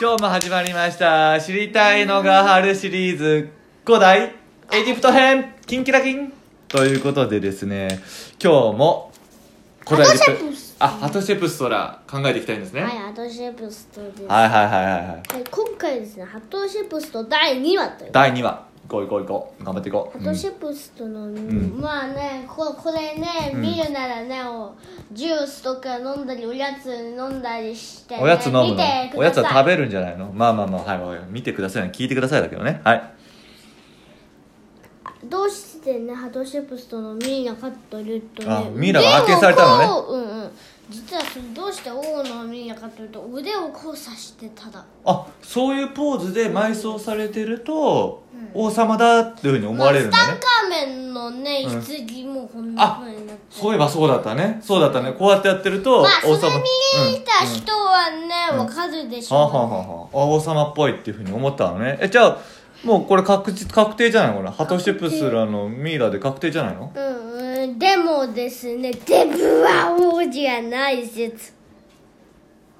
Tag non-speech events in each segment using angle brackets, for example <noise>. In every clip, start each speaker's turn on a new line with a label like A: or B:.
A: 今日も始まりました「知りたいのがある」シリーズ5代エジプト編キンキラキンということでですね今日も古代エジ
B: ハトシェプス
A: あハトシェプストラ考えていきたいんですね、
B: はい、ハトシェプストです。は
A: はいはいはいはいはい
B: い、今回ですね、ハトシェプスト第2話という。ハ
A: 第2話いこういこういこう頑張っていこう、う
B: ト
A: ん
B: シェプストの、
A: ん
B: まあね、ここれね、見るならね、おジュースとか飲んだり、おやつ飲んだりして、ね、
A: おやつ飲む
B: 見
A: の
B: てください
A: おやつは食べるんじゃないのまあまあまあはいはい見てくださいね聞いてくださいだけどねはい
B: どうしてねハトシェプスとのミイラかというと
A: あ
B: ね
A: ミイラが発見されたのね
B: 腕をこううんうん実はそれどうして王のミイラかというと腕を交差してただ
A: あそういうポーズで埋葬されてると、王様だっていうふうに思われるん
B: まあ
A: だ
B: ツタン
A: ね
B: カーメンのね
A: うん
B: 棺もこんなふうになって
A: そういえばそうだったねそうだったねこうやってやってると、
B: まあそ
A: 王
B: れ
A: 様
B: 見た人はねわかるでし
A: うん、はあ、
B: ょう
A: はあはあはあ、あ王様っぽいっていうふうに思ったのねえじゃあもうこれ確実確定じゃないのこれハトシェプスらのミイラで確定じゃないの
B: うんうんでもですねデブは王子がない説
A: っ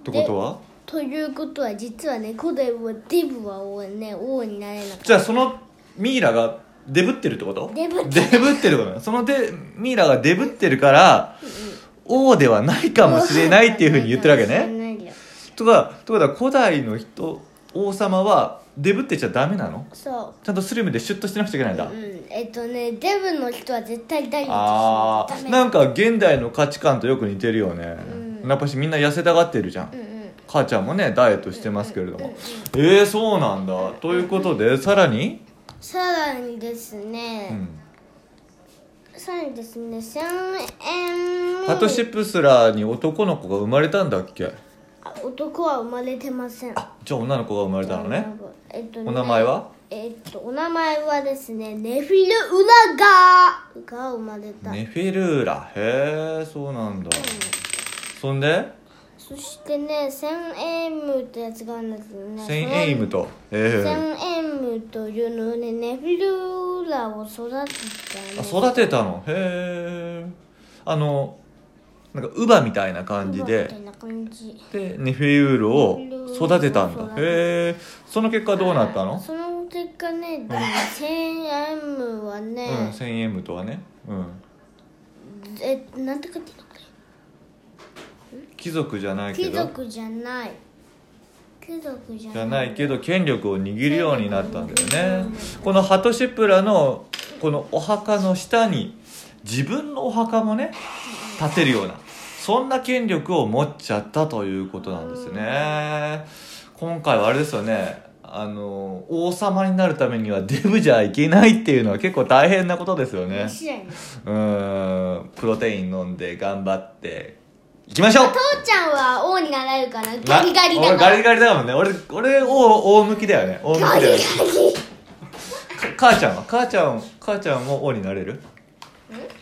A: てことは
B: ということは実はね古代はデブは王ね王になれなかった
A: じゃあそのミイラがデブってるってこと
B: デブって
A: デブってることねそのでミイラがデブってるから王ではないかもしれないっていうふうに言ってるわけね
B: ね
A: とかとかだ古代の人王様はデブってちゃダメなの
B: そう
A: ちゃんとスリムでシュッとしてなくちゃいけないんだ、
B: うん、えっとねデブの人は絶対ダイエッ
A: あ
B: トし
A: ー
B: ないとダメ
A: なんか現代の価値観とよく似てるよね、やっぱしみんな痩せたがってるじゃん、
B: うんうん
A: 母ちゃんもねダイエットしてますけれども、えー、そうなんだということでさらに、
B: さらにです
A: う
B: ね、
A: ん、
B: さらにですね1000円
A: ハトシップスラーに男の子が生まれたんだっけ
B: あ男は生まれてません
A: あじゃあ女の子が生まれたのね
B: えっと
A: お名前は
B: えっとお名前はですねネフィル・ウラガーが生まれた、
A: ネフィルーラへえそうなんだ、そんで
B: そしてねセンエイムってやつがあるんだけどね
A: センエイムとええ
B: センエイムというのをねネフィル・ウラを育てた
A: あ
B: ね
A: 育てたのへえあのなんか乳母みたいな感じ
B: みた
A: で
B: いな感じ
A: でネフェウールを育てたんだ
B: ネフェウールを育てた
A: へえその結果どうなったの
B: その結果ね、でも千円分はね
A: う、ん 1000M とはね、うん、
B: え、なんて書いてあったっ
A: 貴族じゃない
B: け
A: け
B: 貴
A: ど
B: 族じゃない。貴族じゃ
A: じ
B: ない。
A: ゃないけど権力を握るようになったんだよねこのハトシプラのこのお墓の下に自分のお墓もね建てるようなそんな権力を持っちゃったということなんですね今回はあれですよねあの王様になるためにはデブじゃいけないっていうのは結構大変なことですよね
B: 試合ね
A: うーんプロテイン飲んで頑張っていきましょう
B: 父ちゃんは王になれるから、
A: <laughs> な
B: ガリガリ
A: 俺
B: だか
A: ガ
B: ら。
A: リガリだもんね俺俺王王向きだよね王向き
B: ガリ
A: だ
B: ガ
A: よ
B: リ
A: ね。か母ちゃんは母ちゃん母ちゃんも王になれる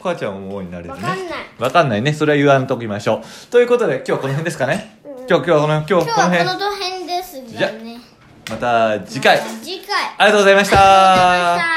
A: 母ちゃんも王になれる
B: わ
A: ね
B: かんない。
A: わかんないねそれは言わんときましょうということで今日はこの辺ですかね今日今日はこの今日
B: 今
A: こ
B: 日
A: の
B: は
A: 辺
B: この土辺ですがね。
A: また次回
B: また次回。
A: ありがとうございました
B: ありがとうございました。